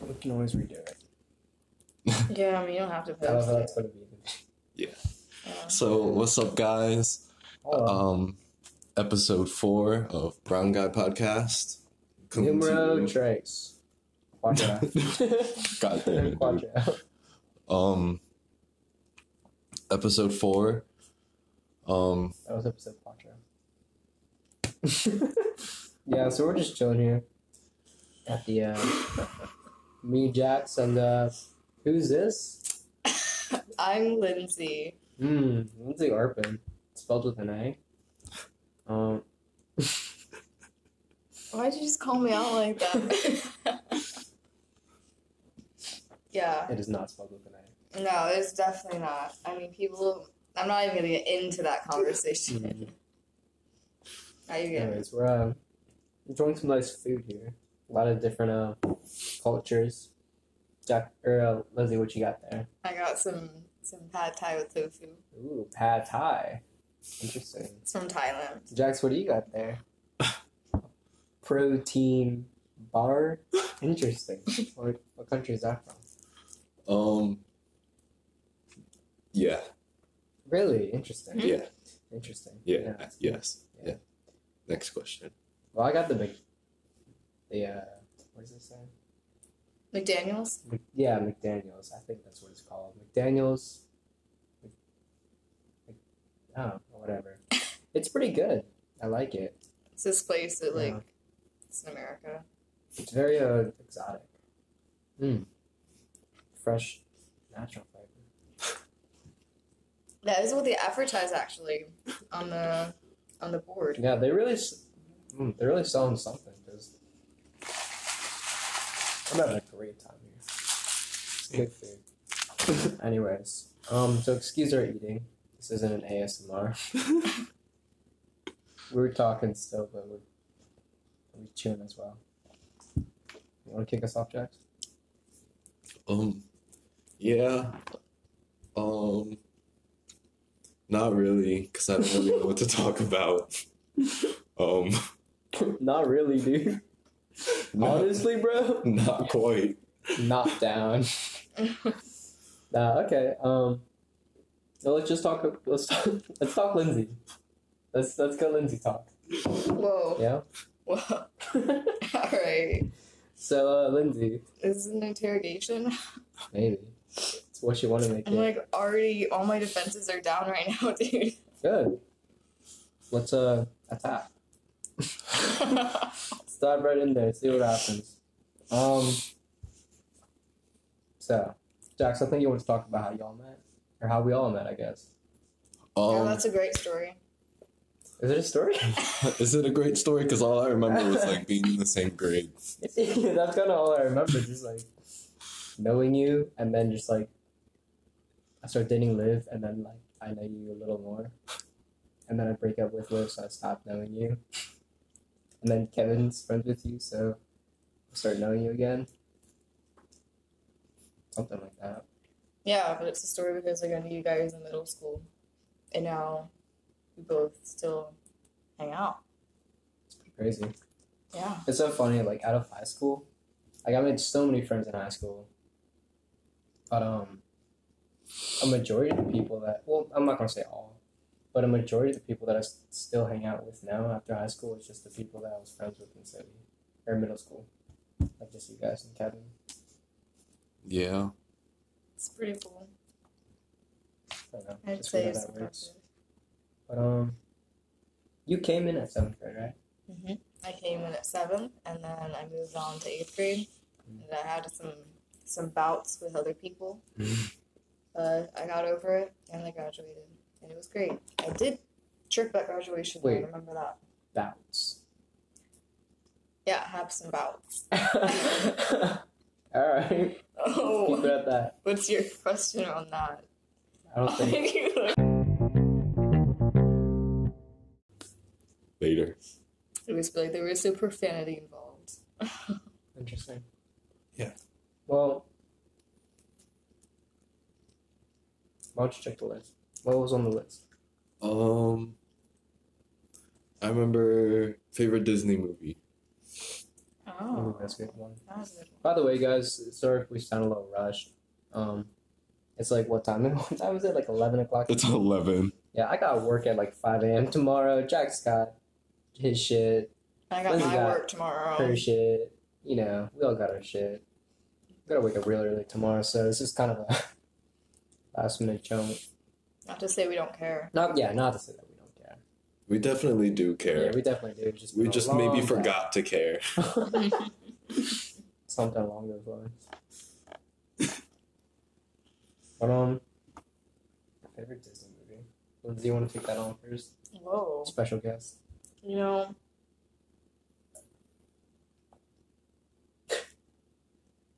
What can always redo it. Yeah, I mean, you don't have to I don't know post how it. it's Oh, gonna be. Yeah. So what's up, guys? Oh, Um, episode four of Brown Guy Podcast. Coming numero to tres. Quadra. you. God damn it, dude. Quadra. Um, episode four. Um, That was episode quadra. yeah, so we're just chilling here at the uh, me, Jax, and uh, who's this? I'm Lindsay. Hmm, Lindsay Arpin, spelled with an A. Um, Why'd you just call me out like that? yeah, it is not spelled with an A. no, it's definitely not. I mean, people. I'm not even gonna get into that conversation. Hmm. Not even gonna- Anyways, we're uh, enjoying some nice food here. A lot of different uh, cultures. Jack or uh, Leslie, what you got there? I got some some pad thai with tofu. Ooh, pad thai. Interesting. It's from Thailand. Jax, what do you got there? Protein bar. Interesting. what, what country is that from? um, yeah, Really interesting. yeah, Mm-hmm. Interesting. Hmm? yeah, yes, yeah. Yeah. Next question. Well, I got the Mc. The uh, what does it say? McDaniel's. Mc, yeah, McDaniel's. I think that's what it's called. McDaniel's. Mc, Mc, I don't know, whatever. It's pretty good. I like it. It's this place that like Yeah. it's in America. It's very uh, exotic. Mm. Fresh, natural flavor. That is what they advertise actually on the on the board. Yeah, they really, s- mm, they're really selling something. Cause I'm having a great time here. It's good food. Anyways, um, so excuse our eating. This isn't an ASMR. we were talking still, but we're we chewing as well. You want to kick us off, Jax? Um, yeah. Um, not really, because I don't really know what to talk about. Um, Not really, dude. not, bro. not quite. Not down. Nah, okay. Um, so let's just talk. Let's talk. Let's talk Lindsay. Let's let's go Lindsay talk. Whoa. Yeah. Whoa. All right. So uh, Lindsay, This is an interrogation. maybe it's what you want to make I'm it. like already all my defenses are down right now, dude. Good. Let's uh attack. Let's dive right in there. See what happens. Um. So, Jax, I think you want to talk about how y'all met or how we all met. I guess. oh, Um, that's a great story. Is it a story? is it a great story? Because all I remember was like being in the same grade. That's kind of all I remember. Just like knowing you, and then just like I started dating Liv, and then like I know you a little more, and then I break up with Liv, so I stopped knowing you. And then Kevin's friends with you, so I start knowing you again. Something like that. Yeah, but it's a story because like I knew you guys in middle school, and now we both still hang out. Crazy. Yeah. It's so funny. Like out of high school, like I made so many friends in high school, but um, a majority of the people that well, I'm not gonna say all, but a majority of the people that I s- still hang out with now after high school is just the people that I was friends with in city or middle school, like just you guys and Kevin. Yeah. It's pretty cool. I don't know. I'd just say weird how it's that works. But um, you came in at seventh grade, right? hmm I came in at seventh, and then I moved on to eighth grade, and I had some some bouts with other people. But I got over it, and I graduated, and it was great. I did trip at graduation. though, I Wait. remember that. Bounce. Yeah, have some bouts. all right. Keep it Oh, at that. what's your question on that? I don't think. Later. it was like there was some profanity involved. Interesting. Yeah. Well, why don't you check the list? What was on the list? Um, I remember favorite Disney movie. Oh, Ooh, that's a good one. that was a good one. By the way, guys, sorry if we sound a little rushed. Um, it's like what time? What time is it? Like eleven o'clock. It's eleven. Yeah, I got work at like five a.m. tomorrow. Jack's got his shit, I got Lindsay my got work tomorrow. her shit. You know, we all got our shit. Gotta wake up real early tomorrow, so this is kind of a last minute jump. Not to say we don't care. Not yeah, not to say that we don't care. We definitely do care. Yeah, we definitely do. It's Just we been a just maybe long forgot to care. time. I Something along those lines. But um, favorite Disney movie. Lindsay, you want to take that on first? Whoa. Special guest. You know.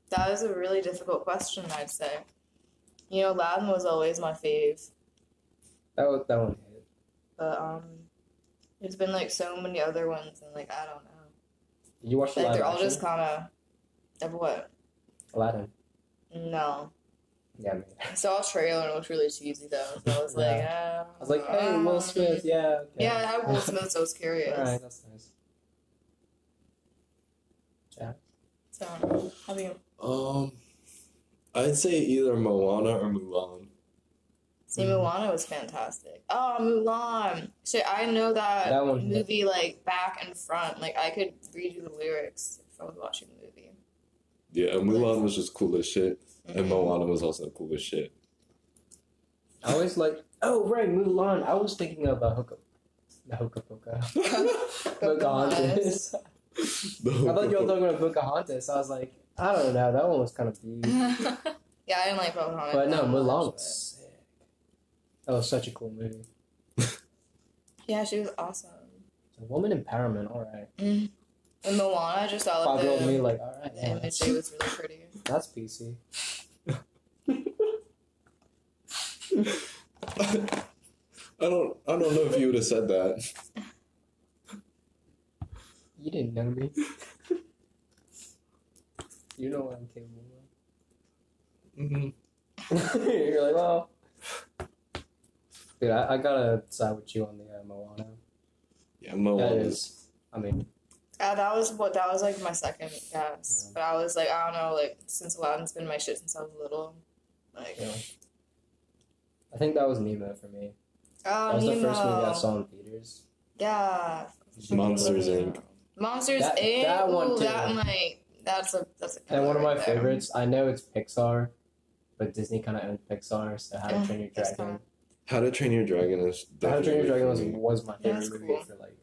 That is a really difficult question, I'd say. You know, Aladdin was always my fave, That was, that one hit. but um, there's been like so many other ones, and like I don't know. Did you watch the Like live they're all action? just kind of of what? Aladdin. No, Yeah, man. I saw a trailer and it looked really cheesy though. So I was like, uh, I was like, hey, Will Smith. Yeah. Okay. Yeah, I had Will Smith, so I was curious. All right, that's nice. So, I mean, Um, I'd say either Moana or Mulan. See, Mhm. Mulan was fantastic. Oh, Mulan! Shit, I know that, That one- movie like back and front. Like I could read you the lyrics if I was watching the movie. Yeah, Mulan was just cool as shit, and Mhm. Moana was also cool as shit. I always like. Oh right, Mulan. I was thinking of a hookup. The hookah poka. Pocahontas. I thought you were talking about Pocahontas. I was like, I don't know. That one was kind of deep. yeah, I didn't like Pocahontas. But no, that much, Mulan but- was sick. That was such a cool movie. Yeah, she was awesome. So woman empowerment. All right. Mm. And Moana, I just saw like, Five year old me, the, like, all right. the Yeah, image. that's, It was really pretty. that's PC. I don't. I don't know if you would have said that. You didn't know me. you know what I'm capable Mm-hmm. of. Mhm. You're like, well. Dude, I, I gotta side with you on the uh, Moana. Yeah, That Moana is. is, I mean, Uh, that was what that was like my second guess. But I was like, I don't know, like since Aladdin's been my shit since I was little. Like, you um, know. I think that was Nemo for me. oh, That was the first movie I Nemo. saw in theaters. Yeah. Monsters, eh? Inc. Monsters That- Inc. that one, Ooh, too. that might. That's a that's a. And killer one of my right there. favorites, I know it's Pixar, but Disney kind of owned Pixar, so How to Yeah, Train Your that's Dragon. How to Train Your Dragon is. How to Train Your definitely Dragon for was, me. was my Yeah, favorite that's movie cool. for like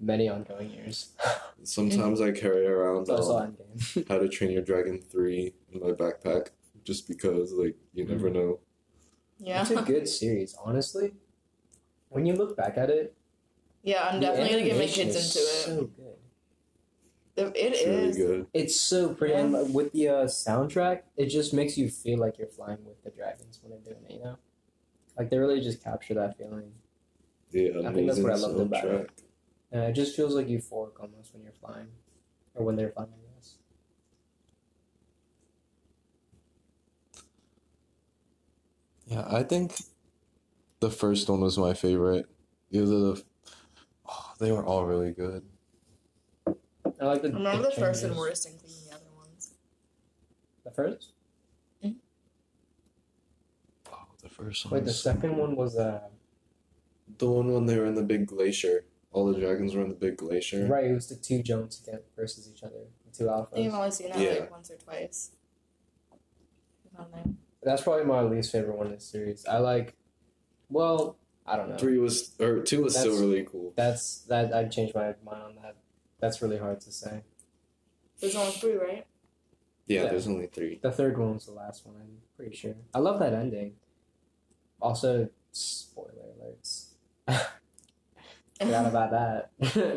many ongoing years. Sometimes I carry around so I saw um, Endgame. How to Train Your Dragon three in my backpack, just because like you Mm-hmm. never know. Yeah. It's a good series, honestly. When you look back at it, Yeah, I'm the definitely gonna get my animation kids is into it. So good. The- It It's really is. good. It's so pretty, and like, with the uh, soundtrack, it just makes you feel like you're flying with the dragons when they're doing it. You know, like they really just capture that feeling, The I amazing think that's what I loved about soundtrack. it. and Uh, it just feels like euphoric almost when you're flying, or when they're flying. I guess. Yeah, I think the first one was my favorite. Either the, oh, they were all really good. I like the. Remember the first changes. one more distinctly than the other ones. The first. Oh, the first one. Wait, the was- second one was uh The one when they were in the big glacier. All the dragons were in the big glacier. right. It was the two Jones again versus each other, the two I think alphas. I've only seen that Yeah. like once or twice. I don't know. That's probably my least favorite one in the series. I like. Well, I don't know. Three was or two was still That's- really cool. That's that. I'd change my mind on that. That's really hard to say. There's only three, right? Yeah, yeah. there's only three. The third one was the last one. I'm pretty sure. I love that ending. Also, spoiler alerts. Forgot about that.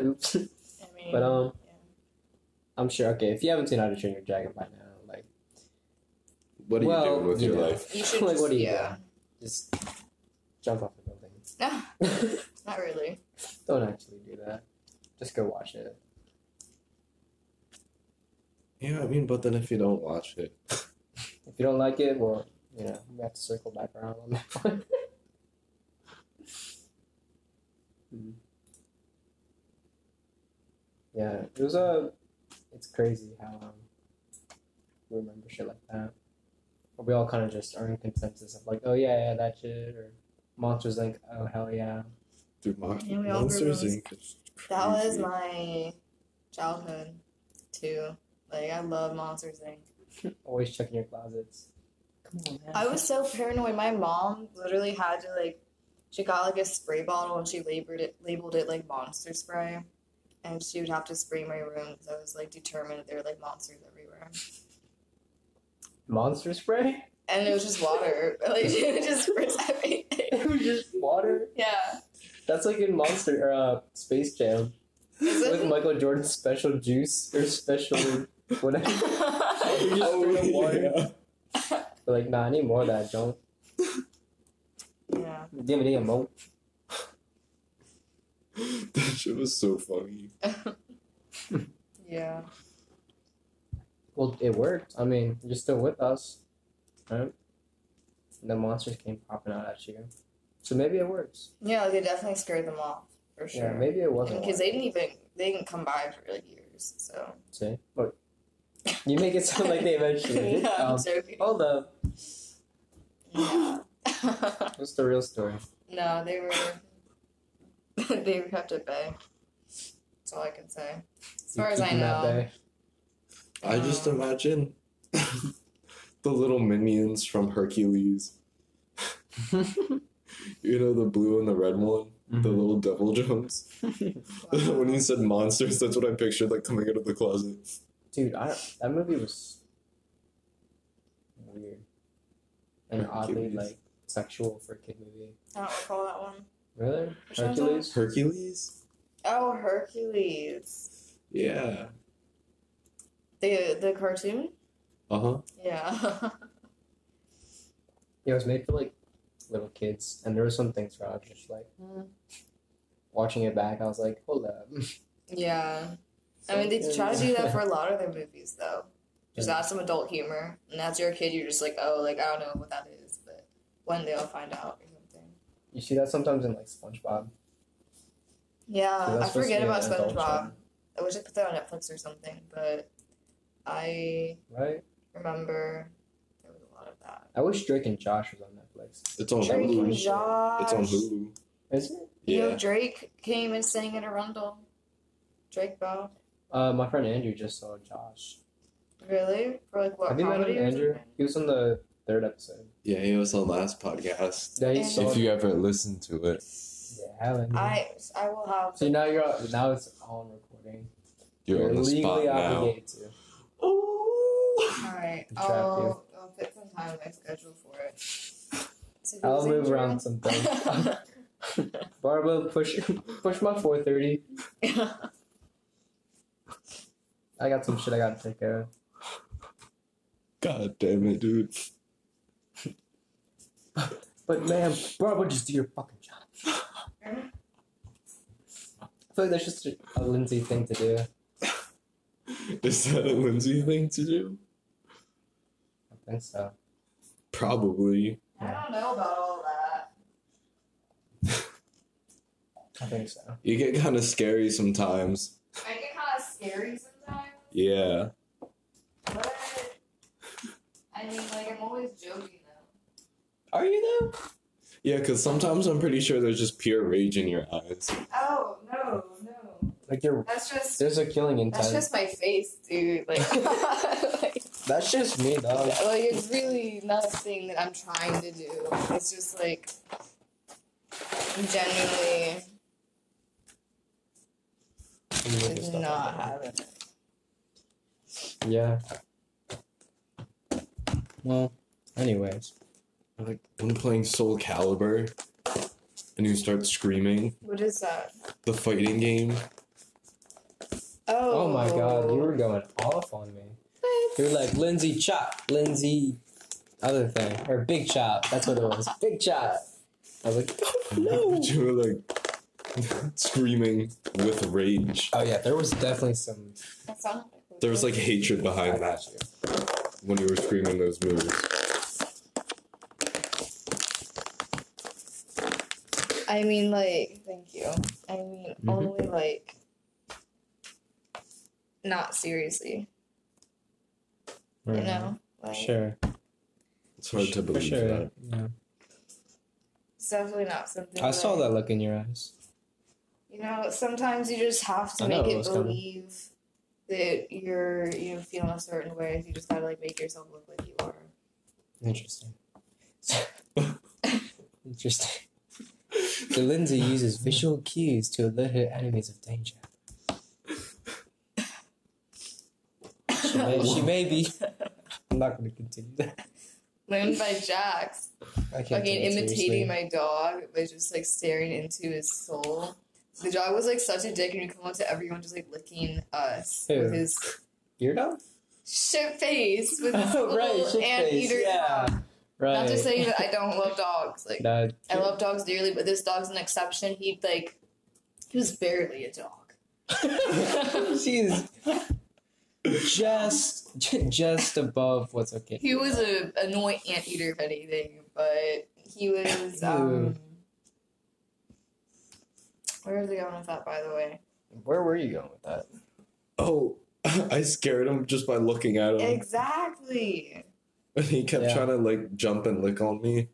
Oops. I mean, But um, yeah. I'm sure. Okay, if you haven't seen How to Train Your Dragon by now, like What are Well, you doing with you your know. life? you should. like, just, what do you yeah. just jump off the building. No, not really. Don't actually do that. Just go watch it. Yeah, I mean, but then if you don't watch it, If you don't like it, well, you know, we have to circle back around on that one. Yeah, it was a. It's crazy how um, we remember shit like that. Or we all kind of just are in consensus of like, oh yeah, yeah, that shit, or Monsters like, oh hell yeah. Dude, Mon- Yeah, we all Monsters grew Inc. is That was crazy. my childhood too. Like I love Monsters Inc. Always checking your closets. Come on, man. I was so paranoid. My mom literally had to like, she got like a spray bottle and she labeled it labeled it like monster spray, and she would have to spray my room because I was like determined there were like monsters everywhere, Monster spray? and it was just water. like she would just spritz everything. it was just water. Yeah, That's like in Monster or uh, Space Jam with Michael Jordan's special juice or special whatever. You just Oh, drink water. yeah. But like, nah, I need more of that. Don't yeah. give me a mo. that shit was so funny. Yeah, Well, it worked. I mean, you're still with us, right? And the monsters came popping out at you, so maybe it works. yeah, like, it definitely scared them off for Yeah, sure. maybe it wasn't. Because they didn't even they didn't come by for like years. So See, look, you make it sound like they eventually did. no, I'm Um, joking. hold up, Yeah. what's the real story? no, they were they were kept at bay. That's all I can say. As You far as keep I them at know, bay. I just Um, imagine the little minions from Hercules. You know, the blue and the red one? The Mhm. little devil drums. when you said monsters, that's what I pictured, like, coming out of the closet. Dude, I, that movie was weird and oddly Hercules. like sexual for a kid movie. I don't recall that one. Really, Which one's that? Hercules. Hercules? Oh, Hercules, Yeah. the the cartoon. Uh-huh. Yeah, Yeah, it was made for like little kids, and there were some things where I was just like, Mm-hmm. hmm. watching it back, I was like, hold up. yeah. I mean, they try to do that for a lot of their movies, though. Just add some adult humor, and as you're a kid, you're just like, oh, like I don't know what that is, but one day I'll find out or something. You see that sometimes in like SpongeBob. So Yeah, that's Uh, I supposed to forget be an about adult SpongeBob. show, I wish I put that on Netflix or something, but I right? remember there was a lot of that. I wish Drake and Josh was on Netflix. It's on Drake Drake and and Hulu. Josh. It's on Hulu. Is it? You know, Yeah. Drake came and sang at Arundel. Drake Bell. Uh, my friend Andrew just saw Josh. Really? For like what Have you met comedy him, or Andrew? something? He was on the third episode. Yeah, he was on last podcast. Yeah, he Andrew. saw. If you ever listen to it. yeah, Alan. I I will have. So now you're now it's on recording. You're on the spot legally now. obligated to. Oh. All right, Trap you. I'll, I'll put some time in my schedule for it. So I'll who's move Andrew? around some things. Barbara, push push my four thirty. I got some shit I gotta take care of. God damn it, dude. But man, Barbara, just do your fucking job. I feel like that's just a Lindsay thing to do. I Is that a Lindsay thing to do? think so. Probably. I don't know about all that. I think so. You get kind of scary sometimes. I get kind of scary sometimes. Yeah. But I mean, like I'm always joking though. Are you though? Yeah, because sometimes I'm pretty sure there's just pure rage in your eyes. Oh no, no, Like you're that's just there's a killing intent. that's just my face, dude. Like, like, that's just me, dog. like, it's really nothing that I'm trying to do. It's just like genuinely just not having it. Yeah. Well, anyways, Like when playing Soul Calibur and you start screaming, What is that? the fighting game. Oh, oh my god, you were going off on me. What? You're like Lindsay chop, Lindsay other thing or big chop. That's what it was. Big chop. I was like, no. You were like screaming with rage. Oh yeah, there was definitely some. That sounded like- There was like hatred behind that when you were screaming those moves. I mean, like, thank you. I mean, Mhm. only like, not seriously. You know, like, Sure. It's hard to For believe sure. that. Yeah. it's definitely not something. I saw like- that look in your eyes. You know, sometimes you just have to I know make it it was coming. believe that you're you know feeling a certain way. You just gotta like make yourself look like you are. Interesting. Interesting. The Lindsay uses visual cues to alert her enemies of danger. She may, she may be. I'm not going to continue that. Learned by Jax. I can't Fucking take it seriously. imitating my dog by just like staring into his soul. The dog was like such a dick and he'd come up to everyone just like licking us Who? with his Your dog? shit face with his Oh, little right, shit ant face, eater yeah. dog. Right. Not to say that I don't love dogs. Like No, I love dogs dearly, but this dog's an exception. He like he was barely a dog. She's just j- just above what's okay. He was a annoying anteater if anything, but he was um Where was I going with that by the way? Where were you going with that? Oh, I scared him just by looking at him. Exactly. And he kept Yeah. trying to like jump and lick on me.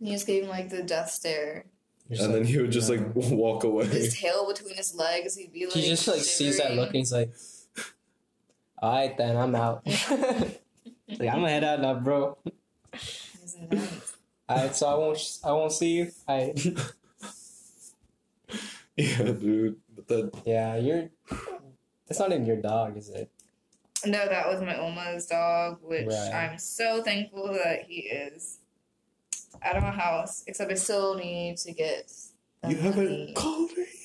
He just gave him like the death stare. You're and like, then he would just like no. walk away. His tail between his legs, he'd be like he just like sees that shivering. look and he's like, "All right, then I'm out." like I'm gonna head out now, bro. It was intense. All right, so I won't sh- I won't see you. I yeah, dude. But that yeah, you're. That's not even your dog, is it? No, that was my Oma's dog, which Right. I'm so thankful that he is out of my house. Except I still need to get you the money. haven't called me.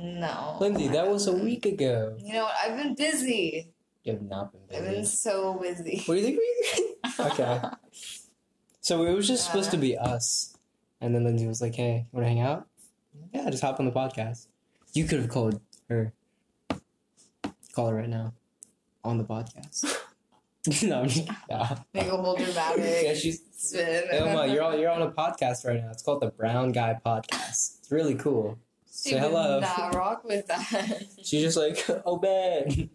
No. Lindsay, I that was a haven't. week ago. You know what? I've been busy. You have not been I've been busy. so busy. What do you think we? Okay. So it was just supposed to be us. And then Lindsay was like, hey, want to hang out? I'm like, Yeah, just hop on the podcast. You could have called her. Call her right now on the podcast. no, I'm just, nah. Make a whole Yeah, dramatic she's. spin. Elma, you're on, you're on a podcast right now. It's called the Brown Guy Podcast. It's really cool. She say would hello. Not rock with that. She's just like, oh, man. Let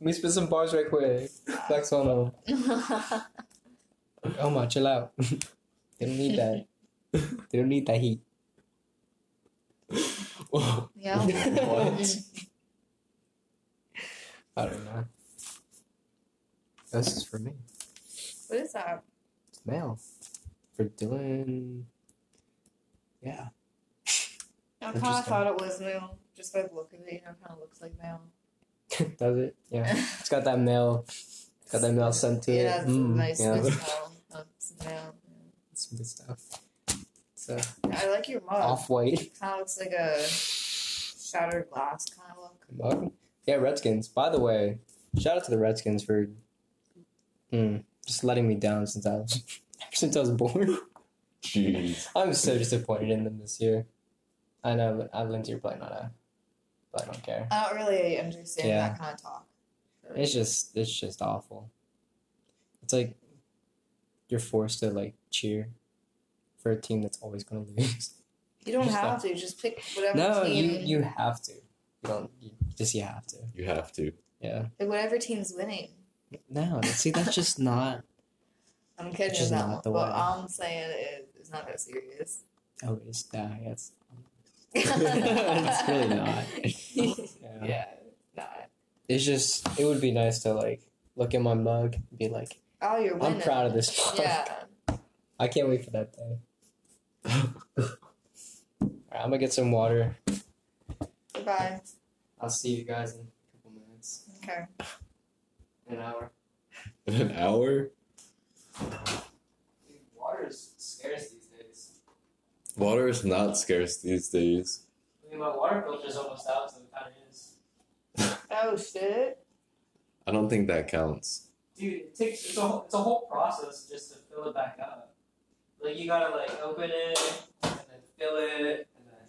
me spit some bars right quick. Flex on them. Elma, Oh, chill out. they don't need that. they don't need that heat. Oh, yeah. What? I don't know. This is for me. What is that? It's mail. For Dylan. Yeah. I kind of Interesting. thought it was male, just by the look of it. You know, kind of looks like male. Does it? Yeah. It's got that mail. It's got that mail sent to it. yeah, it's Mm, nice uh, yeah. nice smell. That's male. It's some good stuff. It's uh, I like your mug. off white It kind of looks like a shattered glass kind of look. mug. Yeah, Redskins. By the way, shout out to the Redskins for mm, just letting me down since I was since I was born. Jeez. I'm so disappointed in them this year. I know, but uh, Lindsay, you're probably not a. But I don't care. I don't really understand Yeah. that kind of talk. It's just it's just awful. It's like you're forced to like cheer for a team that's always gonna lose. You don't Just have to. Just pick whatever no, team. you you have to. You don't you just you have to. You have to. Yeah. Like, whatever team's winning. No, see that's just not I'm kidding Which is with that not one. the What way. I'm saying is it's not that serious. oh it's that it's it's really not. yeah. yeah, not. It's just it would be nice to like look at my mug and be like, Oh, you're winning. I'm proud of this mug. Yeah. I can't wait for that day. Alright, I'm gonna get some water. Goodbye. I'll see you guys in a couple minutes. Okay. In an hour. In an hour? Dude, water is scarce these days. Water is not scarce these days. I mean, my water filter's almost out, so it kind of is. Oh shit. I don't think that counts. Dude, it takes it's a whole, it's a whole process just to fill it back up. Like you gotta like open it and then fill it and then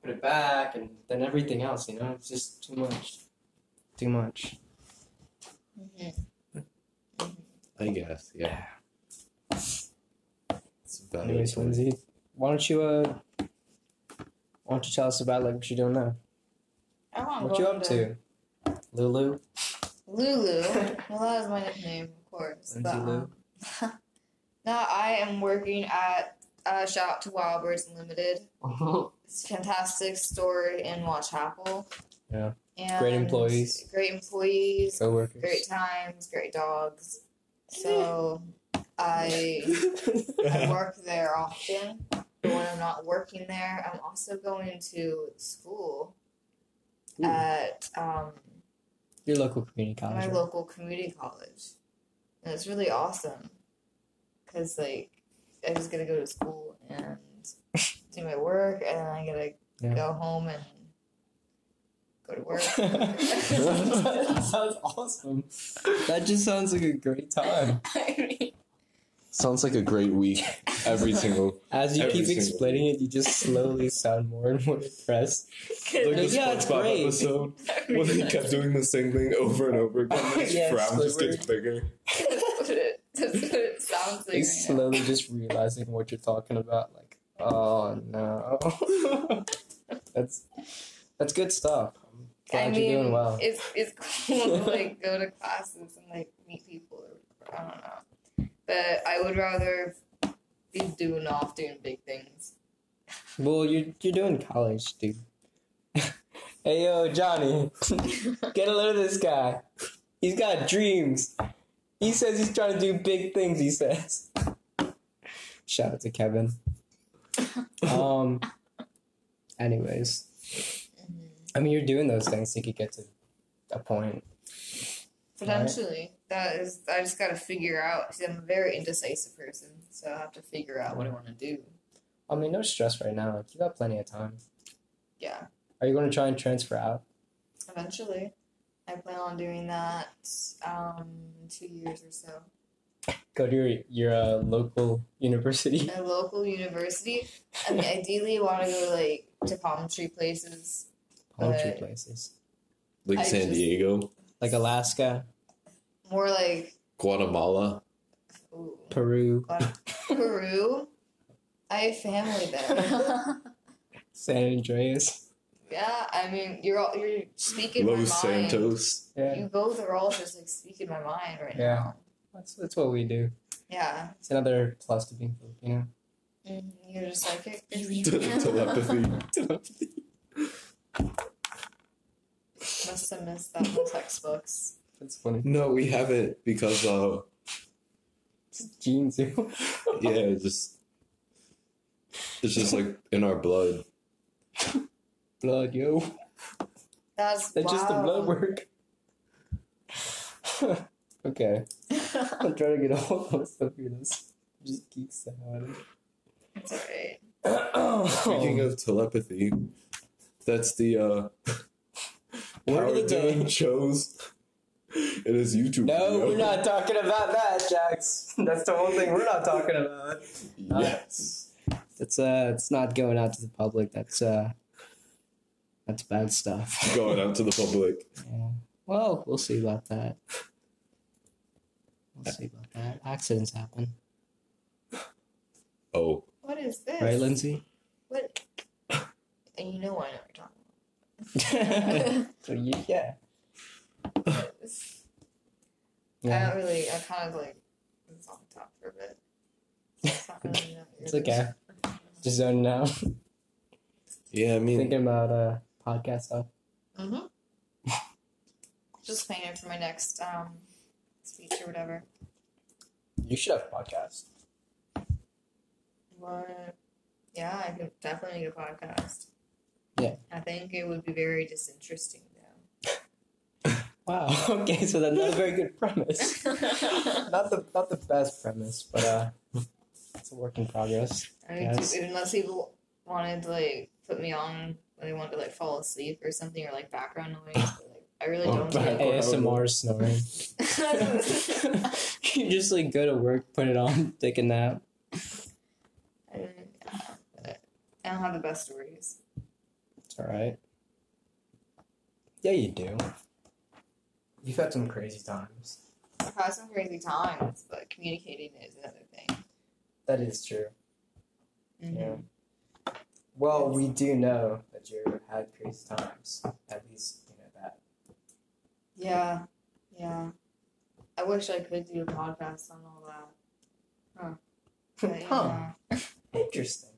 put it back and then everything else. You know, it's just too much. Too much. hmm I guess, yeah. It's That Anyways, is weird. Lindsay, why don't you uh, why don't you tell us about like what you're doing now? I want what you up to, Lulu? Lulu. Well, that is my nickname, of course. Lindsay But, um, now I am working at a shop to Wildbirds Unlimited. It's a fantastic store in Watchapel. Yeah. And Great employees. Great employees. Co-workers. Great times. Great dogs. So I, I work there often. But when I'm not working there, I'm also going to school Ooh. at um, Your local community at college. my right? local community college. And it's really awesome because, like, I just get to go to school and do my work, and then I get to Yeah. go home and go to work. that sounds awesome. That just sounds like a great time. I mean, Sounds like a great week. Every single. As you Every keep single explaining it, you just slowly sound more and more depressed. Like at the Yeah, it's SpongeBob great. episode I mean, where they kept doing the same thing over and over again. Oh, His yes, frown just gets Squidward. bigger. that's what it, that's what it sounds like. You're right now. slowly just realizing what you're talking about. Like, oh no, that's that's good stuff. I'm glad I you're mean, doing well. It's it's cool to like go to classes and like meet people or whatever. I don't know. But I would rather be doing off doing big things. Well, you're you're doing college, dude. hey yo, Johnny, get a load of this guy. He's got dreams. He says he's trying to do big things. He says. Shout out to Kevin. Um. Anyways, I mean, you're doing those things so you could get to a point. Potentially, that is. I just got to figure out. See, I'm a very indecisive person, so I have to figure out what I want to do. I mean, no stress right now. Like you got plenty of time. Yeah, Are you going to try and transfer out? eventually, I plan on doing that. Um, in two years or so. Go to your your uh, local university. a local university. I mean, ideally, I want to go like to palm tree places. Palm tree But- places Like I San just- Diego, like Alaska, More like Guatemala. ooh, Peru, Guat- Peru. I have family there. San Andreas. yeah, I mean, you're all, you're speaking my mind. Los Santos. Yeah, You both are all just like speaking my mind right Yeah. now. that's, that's what we do. Yeah. It's another plus to being Filipino. Mhm, You're just like Telepathy. Must have missed that in the textbooks. That's funny. No, we haven't because uh It's genes. dude. yeah, it's just it's just like in our blood. blood, yo. That's That's just the blood wild. work. okay, I'm trying to get all those stuff here. This just geeks out. It's alright. Speaking of telepathy, that's the uh Word of the Howard day. Dean chose in his YouTube No, video. we're not talking about that, Jax. That's the one thing we're not talking about. Yes. It's uh, it's not going out to the public. That's uh, that's bad stuff. Going out to the public. Yeah. Well, we'll see about that. We'll see about that. Accidents happen, Oh. What is this? right, Lindsay? What? And you know I know what you're so talking you, yeah. about. I don't really. I kind of like was on top for a bit. It's not really that It's weird. okay. Just zoning out, Yeah, I mean thinking about uh podcast stuff. Mhm. Just planning for my next um speech or whatever. You should have a podcast. But yeah, I could definitely do a podcast. Yeah. I think it would be very disinteresting though. Wow. Okay, so that's not a very good premise. not the not the best premise, but uh, it's a work in progress. I mean, Yes. just- unless people wanted to like put me on when they wanted to like fall asleep or something or like background noise. but, like, I really Oh, don't. Like, back- ASMR snoring. you just like go to work, put it on, take a nap. I, mean, yeah, I don't have the best stories. It's all right. Yeah, you do. You've had some crazy times. I've had some crazy times, but communicating is another thing. That is true. Mm-hmm. Yeah. Well, we do know that you had crazy times. At least you know that. Yeah, yeah. I wish I could do a podcast on all that. Huh. But, you Huh. know, Interesting.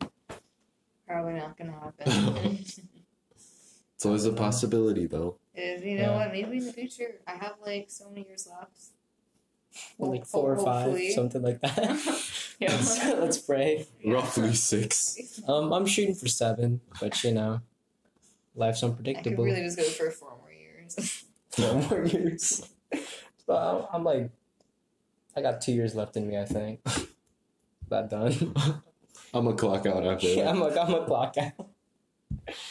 probably not gonna happen. It's always a possibility, though. Is you know Yeah. what? Maybe in the future, I have like so many years left. Ho- like four or ho- five, hopefully. something like that. let's, Yeah. let's pray. Roughly six. Um, I'm shooting for seven, but you know, life's I could unpredictable. really just go for four more years. Four more years. But I'm, I'm like, I got two years left in me. I think. About done. I'm a clock out after yeah, that. I'm like, I'm a clock out.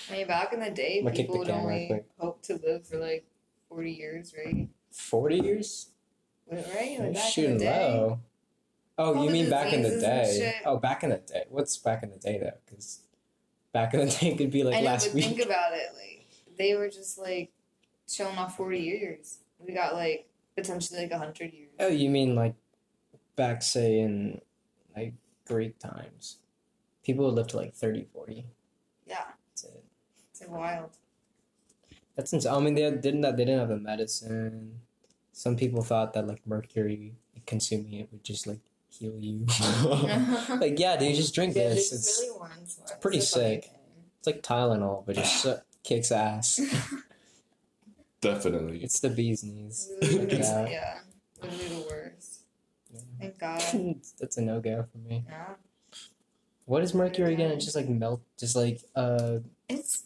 I mean, back in the day, I'ma kick people the would camera only quick. hope to live for like forty years, right? Forty years. Right? You're Like back in shooting the day. low. Oh, All you the mean back in the diseases and day? shit. Oh, back in the day. What's back in the day though? Because back in the day could be like I know, last but week. think about it. Like they were just like showing off forty years. We got like potentially like hundred years. Oh, you mean like back, say, in like Greek times? People would live to like 30, 40. Yeah, That's it. it's like wild. That's insane. I mean, they didn't that they didn't have the medicine. Some people thought that like mercury consuming it would just like heal you. like, yeah, dude, just drink Yeah, this. there's It's really one smart- It's pretty a funny sick. thing. it's like Tylenol, but it just uh, kicks ass. Definitely. It's the bee's knees. Literally, Yeah. yeah, literally the worst. Yeah. Thank God. That's a no go for me. Yeah, What is mercury again? It's just like melt, just like uh, it's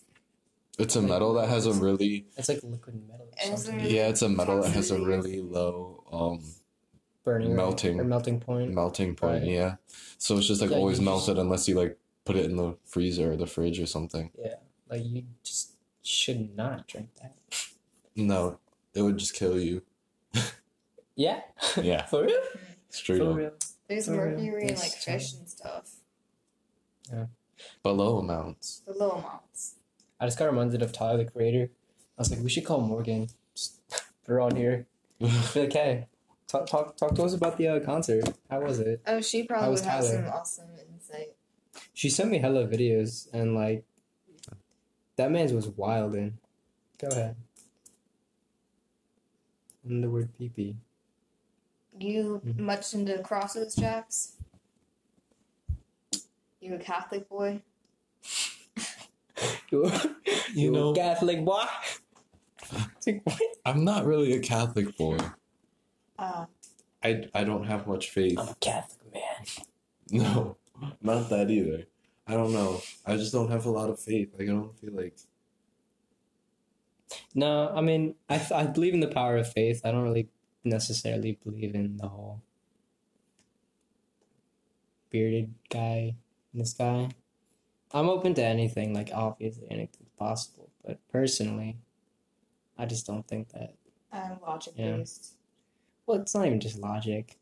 It's a metal that has a really it's like liquid metal. Or It's something. yeah. It's a metal that has a really low um burning rate melting. or melting point. melting point. Right. Yeah. So it's just like Yeah, you always just- melted unless you like put it in the freezer or the fridge or something. Yeah, like you just should not drink that. No, it would just kill you. Yeah. Yeah. For real? Straight For up. real. there's Oh, yeah. mercury in Yes, like yeah. fish and stuff. But low amounts. The low amounts. I just got reminded of Tyler the Creator. I was like, we should call Morgan. Just put her on here. Be like, hey, talk talk talk to us about the uh, concert. How was it? Oh, she I probably was would have Tyler. some awesome insight. She sent me hella videos and like, that man's was wildin'. Go ahead. And the word pee pee. You Mhm. much into crosses, Jax? You a Catholic boy? You, You know- Catholic boy. It's like, what? I'm not really a Catholic boy. Uh, I I don't have much faith. I'm a Catholic man. No, not that either. I don't know. I just don't have a lot of faith. Like I don't feel like No, I mean, I, th- I believe in the power of faith. I don't really necessarily believe in the whole bearded guy in the sky. I'm open to anything, like, obviously, anything's possible. But personally, I just don't think that. I'm logic Yeah. based. Well, it's not even just logic.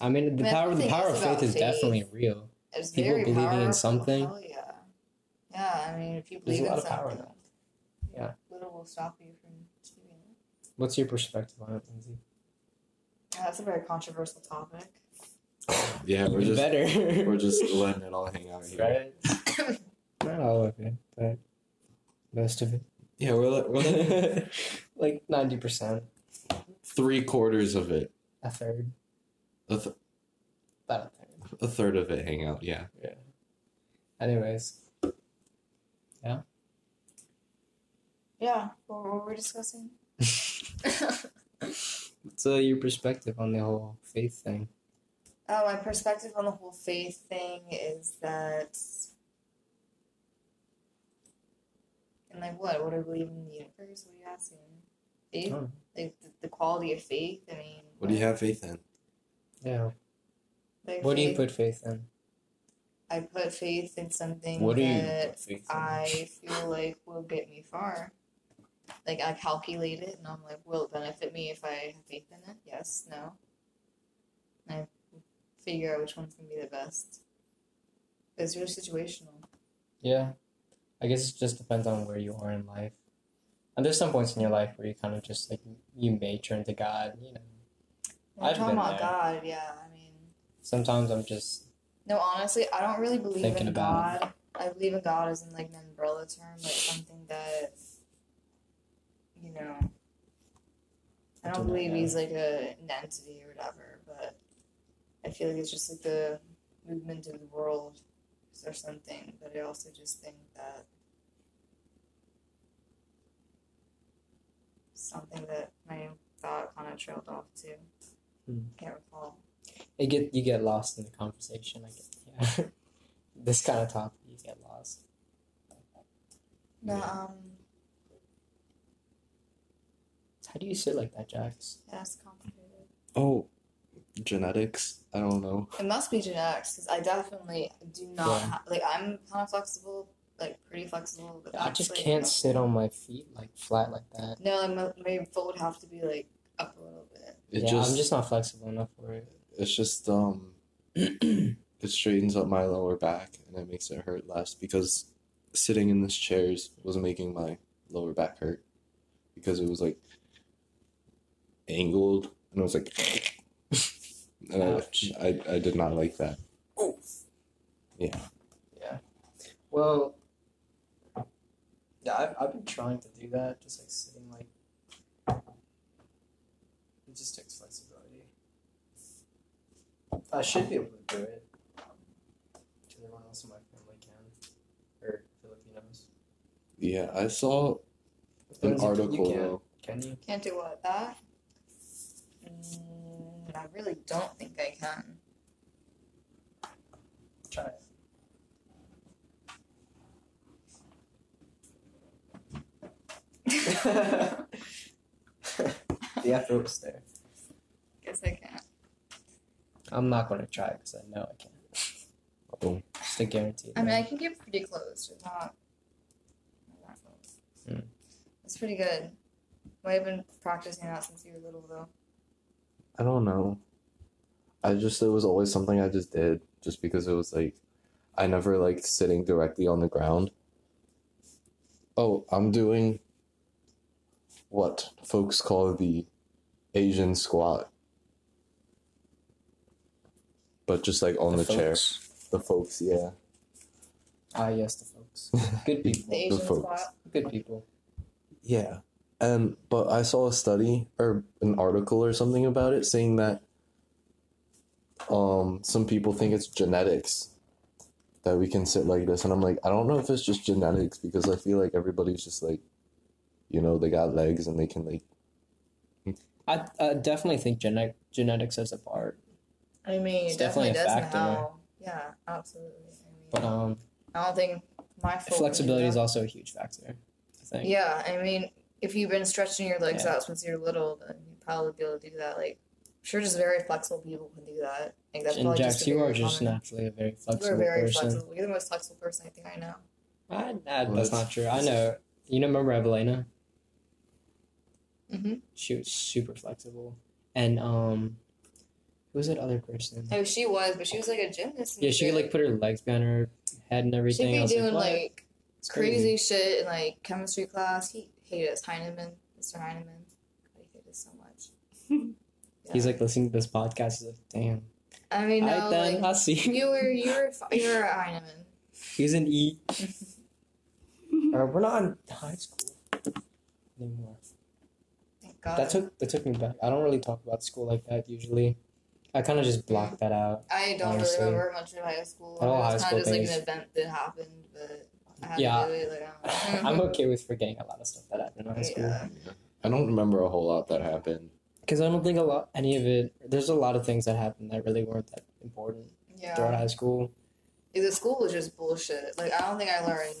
I mean, the Man, power the everything power is of faith about is faith. definitely real. It's People very believing in powerful. something. Hell yeah. Yeah, I mean, if you There's believe a lot in of power in something, that. Yeah. little will stop you from achieving it. What's your perspective on it, Lindsay? Yeah, that's a very controversial topic. yeah. We're Even just better. we're just letting it all hang out here. right? Not all of it, but most of it. Yeah, we're, let, we're letting like ninety percent, three quarters of it, a third, a, th- about a third. a third of it hang out. Yeah. Anyways, Yeah, what were we discussing? what's uh, your perspective on the whole faith thing? Uh, my perspective on the whole faith thing is that, and like what? What do I believe in the universe? What are you asking? Faith, Oh. like the, the quality of faith. I mean, What do you have faith in? Yeah. like What do you faith- put faith in? I put faith in something What do you that put faith in? I feel like will get me far. Like I calculate it, and I'm like, will it benefit me if I have faith in it? Yes, no. And I figure out which one's gonna be the best. It's really situational. Yeah. I guess it just depends on where you are in life. And there's some points in your life where you kind of just like you may turn to God, you know. We're I've talking been about there. God, yeah. I mean, Sometimes I'm just No, honestly, I don't really believe Thinking in about God. I believe in God as in like an umbrella term, like something that you know. I I don't do not believe know. he's like a an entity or whatever, but I feel like it's just like the movement of the world or something. But I also just think that something that my thought kind of trailed off to. Hmm. Can't recall. It get you get lost in the conversation. I get, yeah. this kind of topic, you get lost. No, Yeah. um, How do you sit like that, Jax? that's complicated. Oh, genetics. I don't know. It must be genetics because I definitely do not Yeah. ha- like. I'm kind of flexible, like pretty flexible, but I not just like, can't enough. sit on my feet like flat like that. No, like, my, my foot would have to be like up a little bit. It yeah, just, I'm just not flexible enough for it. it's just um, it straightens up my lower back and it makes it hurt less because sitting in this chairs was making my lower back hurt because it was like angled and it was like, and I, Ouch. I I did not like that. Oh, Yeah. Yeah. Well, yeah, I've, I've been trying to do that, just like sitting like. It just takes flexibility. I should be able to do it. um, Because everyone else in my family can. Or Filipinos. Yeah, I saw an Lindsay, can- article You though. can, can you? can't do what that. Mm, I really don't think I can. Try it. yeah, throat's there. Guess I can't. I'm not going to try it because I know I can't. Oh, Just a guarantee. I mean, I can get pretty close, but not. not close. Hmm. That's pretty good. Might have been practicing that since you were little, though. I don't know. I just it was always something I just did just because it was like I never liked sitting directly on the ground. Oh, I'm doing what folks call the Asian squat. But just like on the, chair. folks. The folks, yeah. Ah, yes, the folks. Good people. The Asian folks. squat. Good people. Yeah. And but I saw a study or an article or something about it saying that um some people think it's genetics that we can sit like this and I'm like I don't know if it's just genetics because I feel like everybody's just like you know they got legs and they can like I, I definitely think genet- genetics is a part, I mean, It's it definitely, definitely a does factor. now. Yeah, absolutely. I mean, but um, I don't think my full flexibility is also a huge factor. I think. Yeah, I mean, if you've been stretching your legs Yeah. out since you're little, then you probably be able to do that. Like, I'm sure, just very flexible people can do that. Like that's and probably just Jax, a you very are just common- naturally a very You are flexible very person. flexible. You're the most flexible person I think I know. I, I, Well, that's that's- not true. I know. You know, remember Evelina? Mhm. She was super flexible, and um, who was that other person? No, she was, but she was like a gymnast. and Yeah, she could like shit. put her legs behind her head and She'd everything. I be was "What? doing like It's crazy shit in like chemistry class. He hated us, Heineman, Mr. Heineman. I hated us so much. He's Yeah. like listening to this podcast. He's like, damn. I mean, I no, done. like, I see. You were you were fi- you were a Heineman. He's an E. Uh, we're not in high school anymore. Thank God. That took that took me back. I don't really talk about school like that usually. I kind of just block that out. I don't honestly. really remember much of high school. That whole it was high kind school of just like thing an event that happened, but I had Yeah. to do it. Like, I don't know. I'm okay with forgetting a lot of stuff that happened in high school Mm-hmm. Yeah. I don't remember a whole lot that happened. because I don't think a lot any of it. There's a lot of things that happened that really weren't that important throughout yeah. high school. The school was just bullshit. Like I don't think I learned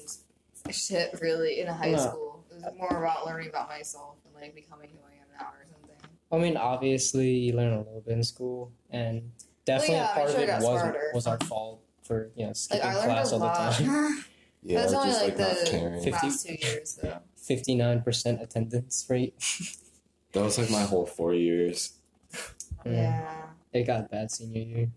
shit really in high No. school. It was more about learning about myself and like becoming who I am now or something. I mean, obviously you learn a little bit in school, and definitely yeah, I part of sure it got was smarter. was our fault for you know Like skipping I learned class a all the lot. time. Yeah, That's only just like like not the caring. Fif- last two years though. Fifty nine percent attendance rate. That was like my whole four years. Yeah. It got bad senior year.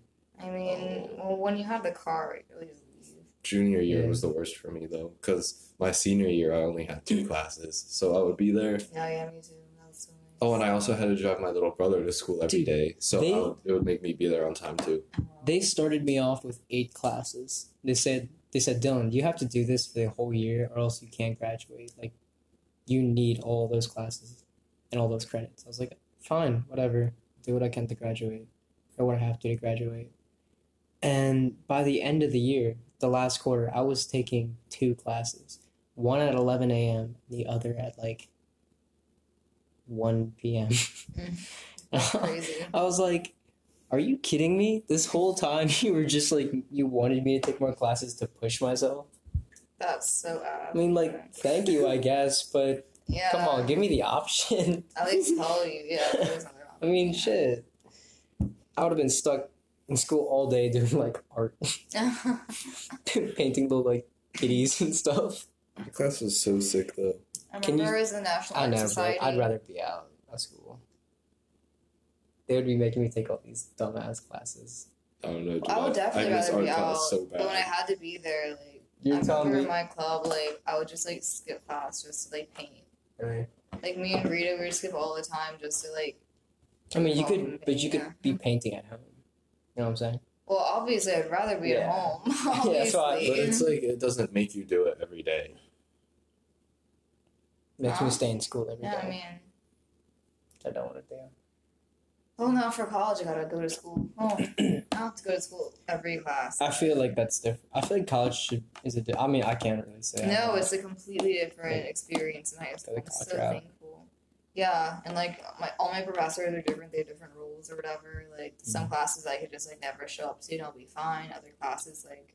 I mean, well, when you have the car, it really just leave. Junior year Yeah. was the worst for me though, because my senior year I only had two classes, so I would be there Yeah, yeah, me too. That was so annoying. Oh, and I also had to drive my little brother to school every Dude, day, so they- I would, it would make me be there on time too. They started me off with eight classes. They said they said, Dylan, you have to do this for the whole year or else you can't graduate. Like you need all those classes and all those credits. I was like, fine, whatever. Do what I can to graduate. Or what I have to to graduate. And by the end of the year, the last quarter, I was taking two classes. One at eleven AM, the other at like one PM. That's crazy. I was like, "Are you kidding me? This whole time you were just like you wanted me to take more classes to push myself." That's so odd. I mean, like, thank you, I guess, but yeah. come on, give me the option. At least tell you, yeah. there's nothing wrong. I mean, shit. I would have been stuck in school all day doing like art, I painting little like kitties and stuff. My class was so sick though. Can you- remember it was the National I Art know, Society. but I'd rather be out of school. They would be making me take all these dumbass classes. I don't know. Dude, I would definitely miss rather be art out. class so But when I bad. had to be there, like You're I telling remember me, in my club, like I would just like skip class just to like paint. Really? Like me and Rita, we would skip all the time just to like. I mean, you Oh, could, but you yeah. could be painting at home. You know what I'm saying? Well, obviously, I'd rather be Yeah. at home. Yeah, that's what I- Obviously, But it's like it doesn't make you do it every day. Makes me Wow. stay in school every day. yeah, I mean, which I don't want to do. well, now for college, I gotta go to school. Oh, I have to go to school every class. I feel like that's different. I feel like college should is a. Di- I mean, I can't really say. I No, don't it's a completely different Like, experience in high school. like I'm so culture out. thankful. Yeah, and like my all my professors are different. They have different rules or whatever. Like Mm-hmm. some classes I could just like never show up to and I'll be fine. Other classes like,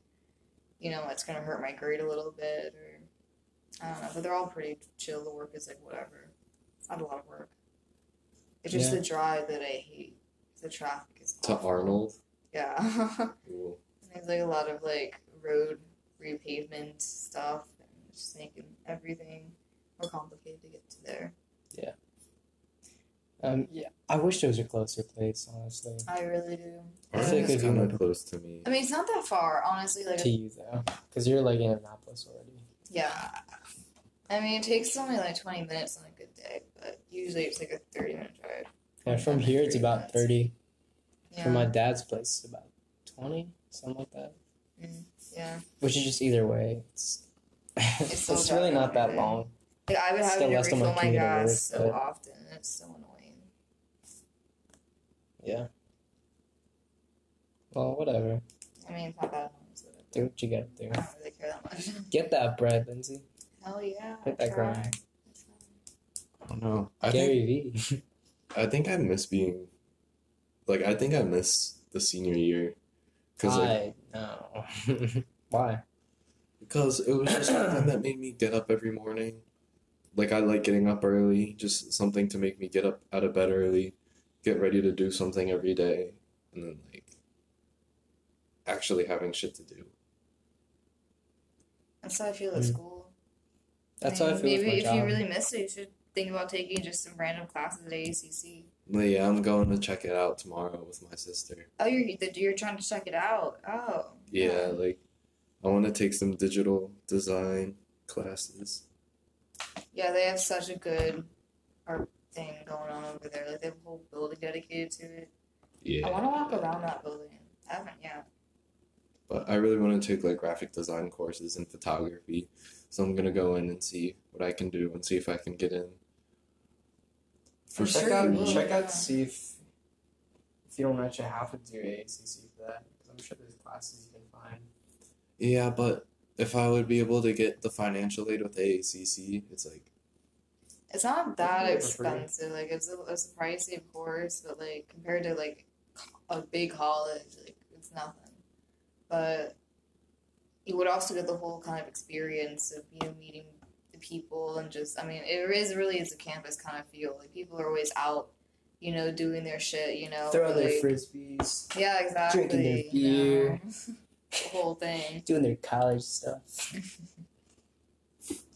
you know, it's gonna hurt my grade a little bit or I don't know. But they're all pretty chill. The work is like whatever. It's not a lot of work. It's just Yeah. the drive that I hate. The traffic is To awful. Arnold, Yeah. Ooh. There's like a lot of like road repavement stuff and it's just making everything more complicated to get to there. know. Um, yeah, I wish those were closer plates, honestly. I really do. I Arnold think is if you kind wanna- of close to me. I mean, it's not that far, honestly. Like, To you though, because you're like in Annapolis already. yeah. I mean, it takes only like 20 minutes on a good day, but usually it's like a 30 minute drive. Yeah, from here it's about thirty. Yeah. From my dad's place, it's about twenty, something like that. Mm, yeah. Which is just either way. It's it's, still really not that driving. long. Like, I've been Still having to less than my refill my commute to work, gas so but- often, and it's so annoying. Yeah. Well, whatever. I mean, it's not that annoying, so Do what you gotta do. I don't really care that much. Get that bread, Lindsay. Hell yeah. Get that try. grind. I don't know. I think Gary V. I think I miss being, like I think I miss the senior year, because like I know. Why? because it was just something that made me get up every morning. Like I like getting up early, just something to make me get up out of bed early, get ready to do something every day, and then like actually having shit to do. That's how I feel at Mm. school. That's mean, how I feel Maybe with my if job. you really miss it, you should think about taking just some random classes at AACC. But yeah, I'm going to check it out tomorrow with my sister. Oh, you're that you're trying to check it out. Oh, Yeah, like I want to take some digital design classes. yeah. They have such a good art thing going on over there. Like they have a whole building dedicated to it. Yeah. I want to walk around that building. I haven't yet. But I really want to take like graphic design courses and photography. So I'm gonna go in and see what I can do and see if I can get in. For I'm check sure you out, will, check out yeah. to see if if you don't actually have to do AACC for that. 'cause I'm sure there's classes you can find. Yeah, but if I would be able to get the financial aid with AACC, it's like It's not that Yeah, for free. expensive. Like it's a, it's a pricey of course, but like compared to like a big college, like it's nothing. But you would also get the whole kind of experience of you know meeting the people and just I mean it is really is a campus kind of feel. Like people are always out, you know, doing their shit. You know, Throwing their like- frisbees, yeah, exactly. drinking their you know. beer. the whole thing. doing their college stuff.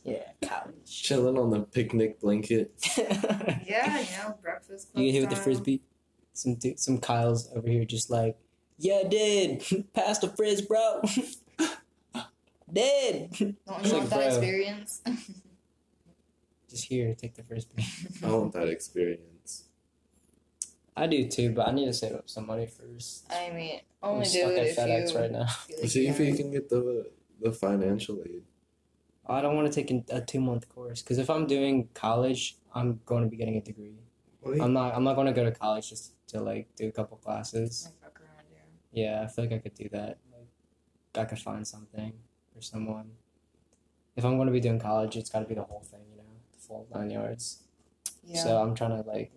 yeah, college. chilling on the picnic blanket. Yeah, you know, breakfast. you club get hit with the style. frisbee. Some du- some Kyle's over here just like, yeah, dude, pass the frizz, bro. Dead. Don't It's you like, want that bro. experience? Just here, take the frisbee. I want that experience. I do too, but I need to save up some money first. I mean, I'm only do stuck it at if FedEx you right now. feel like See if you have- can get the the financial aid. I don't want to take an- a two month course because if I'm doing college, I'm going to be getting a degree. Wait, Um, I'm not. I'm not going to go to college just to like do a couple classes. like, fuck around here. Yeah, I feel like I could do that. Like, I could find something or someone. If I'm going to be doing college, it's got to be the whole thing, you know, the full nine yards. Yeah. So I'm trying to like.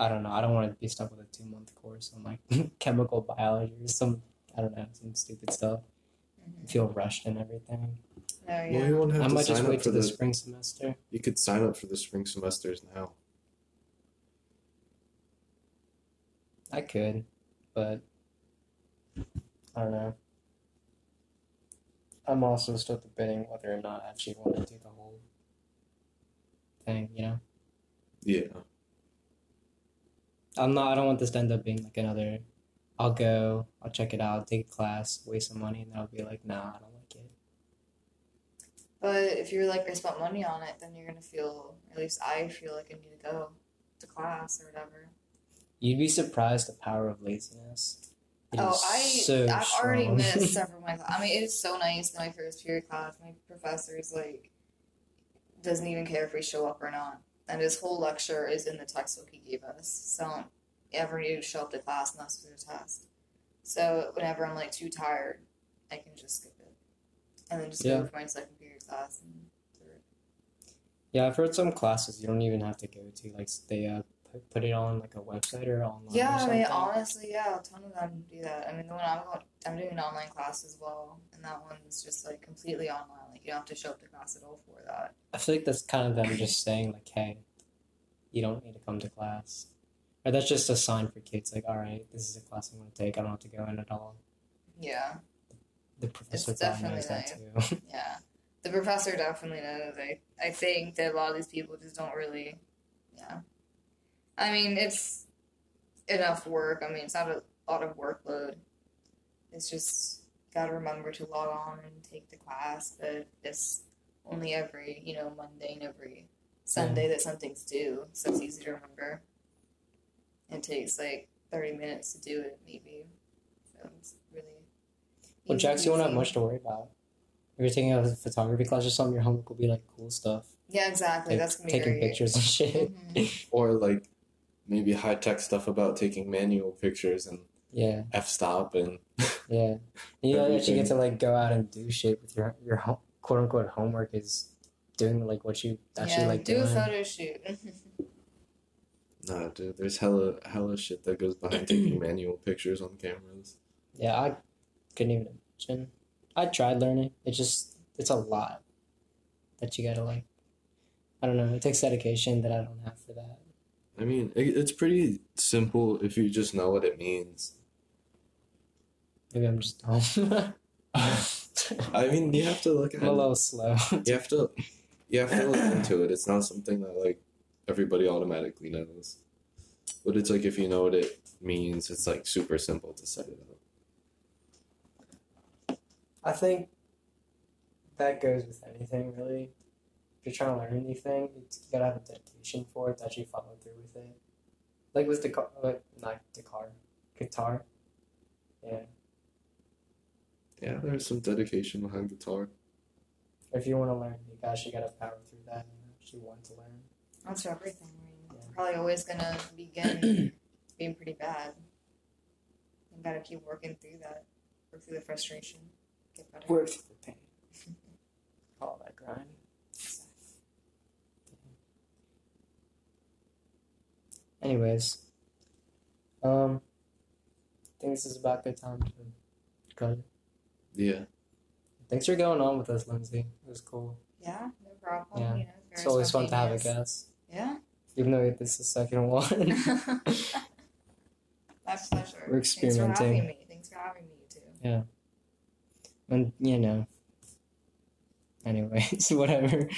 I don't know. I don't want to be stuck with a two month course on like chemical biology or some. I don't know some stupid stuff. Mhm. Feel rushed and everything. No, well, you yeah. won't have I to might just sign wait up for till the the. spring semester. You could sign up for the spring semesters now. I could, but I don't know. I'm also still debating whether or not I actually want to do the whole thing, you know? Yeah. I'm not I don't want this to end up being like another I'll go, I'll check it out, take a class, waste some money, and then I'll be like, nah, I don't like it. But if you're like, I spent money on it, then you're gonna feel, or at least I feel like I need to go to class or whatever. You'd be surprised the power of laziness. It oh, is I so I've already strong. missed several of my. cla- I mean, it's so nice. My first period class, my professor's like doesn't even care if we show up or not, and his whole lecture is in the textbook he gave us. So I don't ever need to show up to class unless there's a test. So whenever I'm like too tired, I can just skip it, and then just Yeah. go for my second period class. And third. Yeah, I've heard some classes you don't even have to go to. Like they uh, put, put it on like a website or online or Yeah, I mean, something. honestly, yeah, a ton of them do that. I mean, the one I'm going, I'm doing an online class as well, and that one's just like completely online. Like you don't have to show up to class at all for that. I feel like that's kind of them just saying like, "Hey, you don't need to come to class," or that's just a sign for kids like, "All right, this is a class I'm going to take. I don't have to go in at all." Yeah, The professor probably definitely knows that too. yeah. The professor definitely knows. I I think that a lot of these people just don't really. Yeah, I mean it's enough work. I mean it's not a lot of workload. It's just gotta remember to log on and take the class, but it's only every you know Monday and every Sunday that something's due, so it's easy to remember. It takes like thirty minutes to do it, maybe. So it's really. well, Jax, you won't have easy. much to worry about. If you're taking a photography class or something, your homework will be like cool stuff, Yeah, exactly. like That's gonna be taking great. pictures and shit. Mhm. Or like maybe high tech stuff about taking manual pictures and Yeah, f stop and yeah. You know, that you Everything. get to like go out and do shit with your your home, quote unquote homework is doing like what you actually yeah, like do a doing. photo shoot. Nah, dude, there's hella hella shit that goes behind taking manual pictures on cameras. Yeah, I couldn't even imagine. I tried learning. It just it's a lot that you gotta like. I don't know. It takes dedication that I don't have for that. I mean, it, it's pretty simple if you just know what it means. Maybe I'm just home. I mean, you have to look at I'm a it. little slow. You have to, you have to look into it. It's not something that like everybody automatically knows. But it's like if you know what it means, it's like super simple to set it up. I think that goes with anything really. If you're trying to learn anything, it's, you gotta have a dedication for it to actually follow through with it. Like with the car, like, not the car, guitar. Yeah. Yeah, there's some dedication behind guitar. If you want to learn, you actually gotta power through that. You actually want to learn. That's for everything. I mean, it's Yeah. probably always gonna begin being pretty bad. You gotta keep working through that, work through the frustration, get better. Work through the pain. All that grind. Anyways, um, I think this is about good time to cut it. Yeah, Thanks for going on with us, Lindsay. It was cool. Yeah, no problem. Yeah. You know, very it's always fun to have a spontaneous. guest, Yeah. even though this is the second one. My pleasure. We're Thanks for having experimenting. me. Thanks for having me, you too. and you know. Anyways, whatever.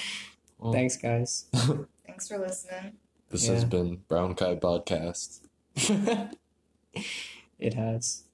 Well, Thanks, guys. Thanks for listening. This Yeah. has been Brown Kai Podcast. it has.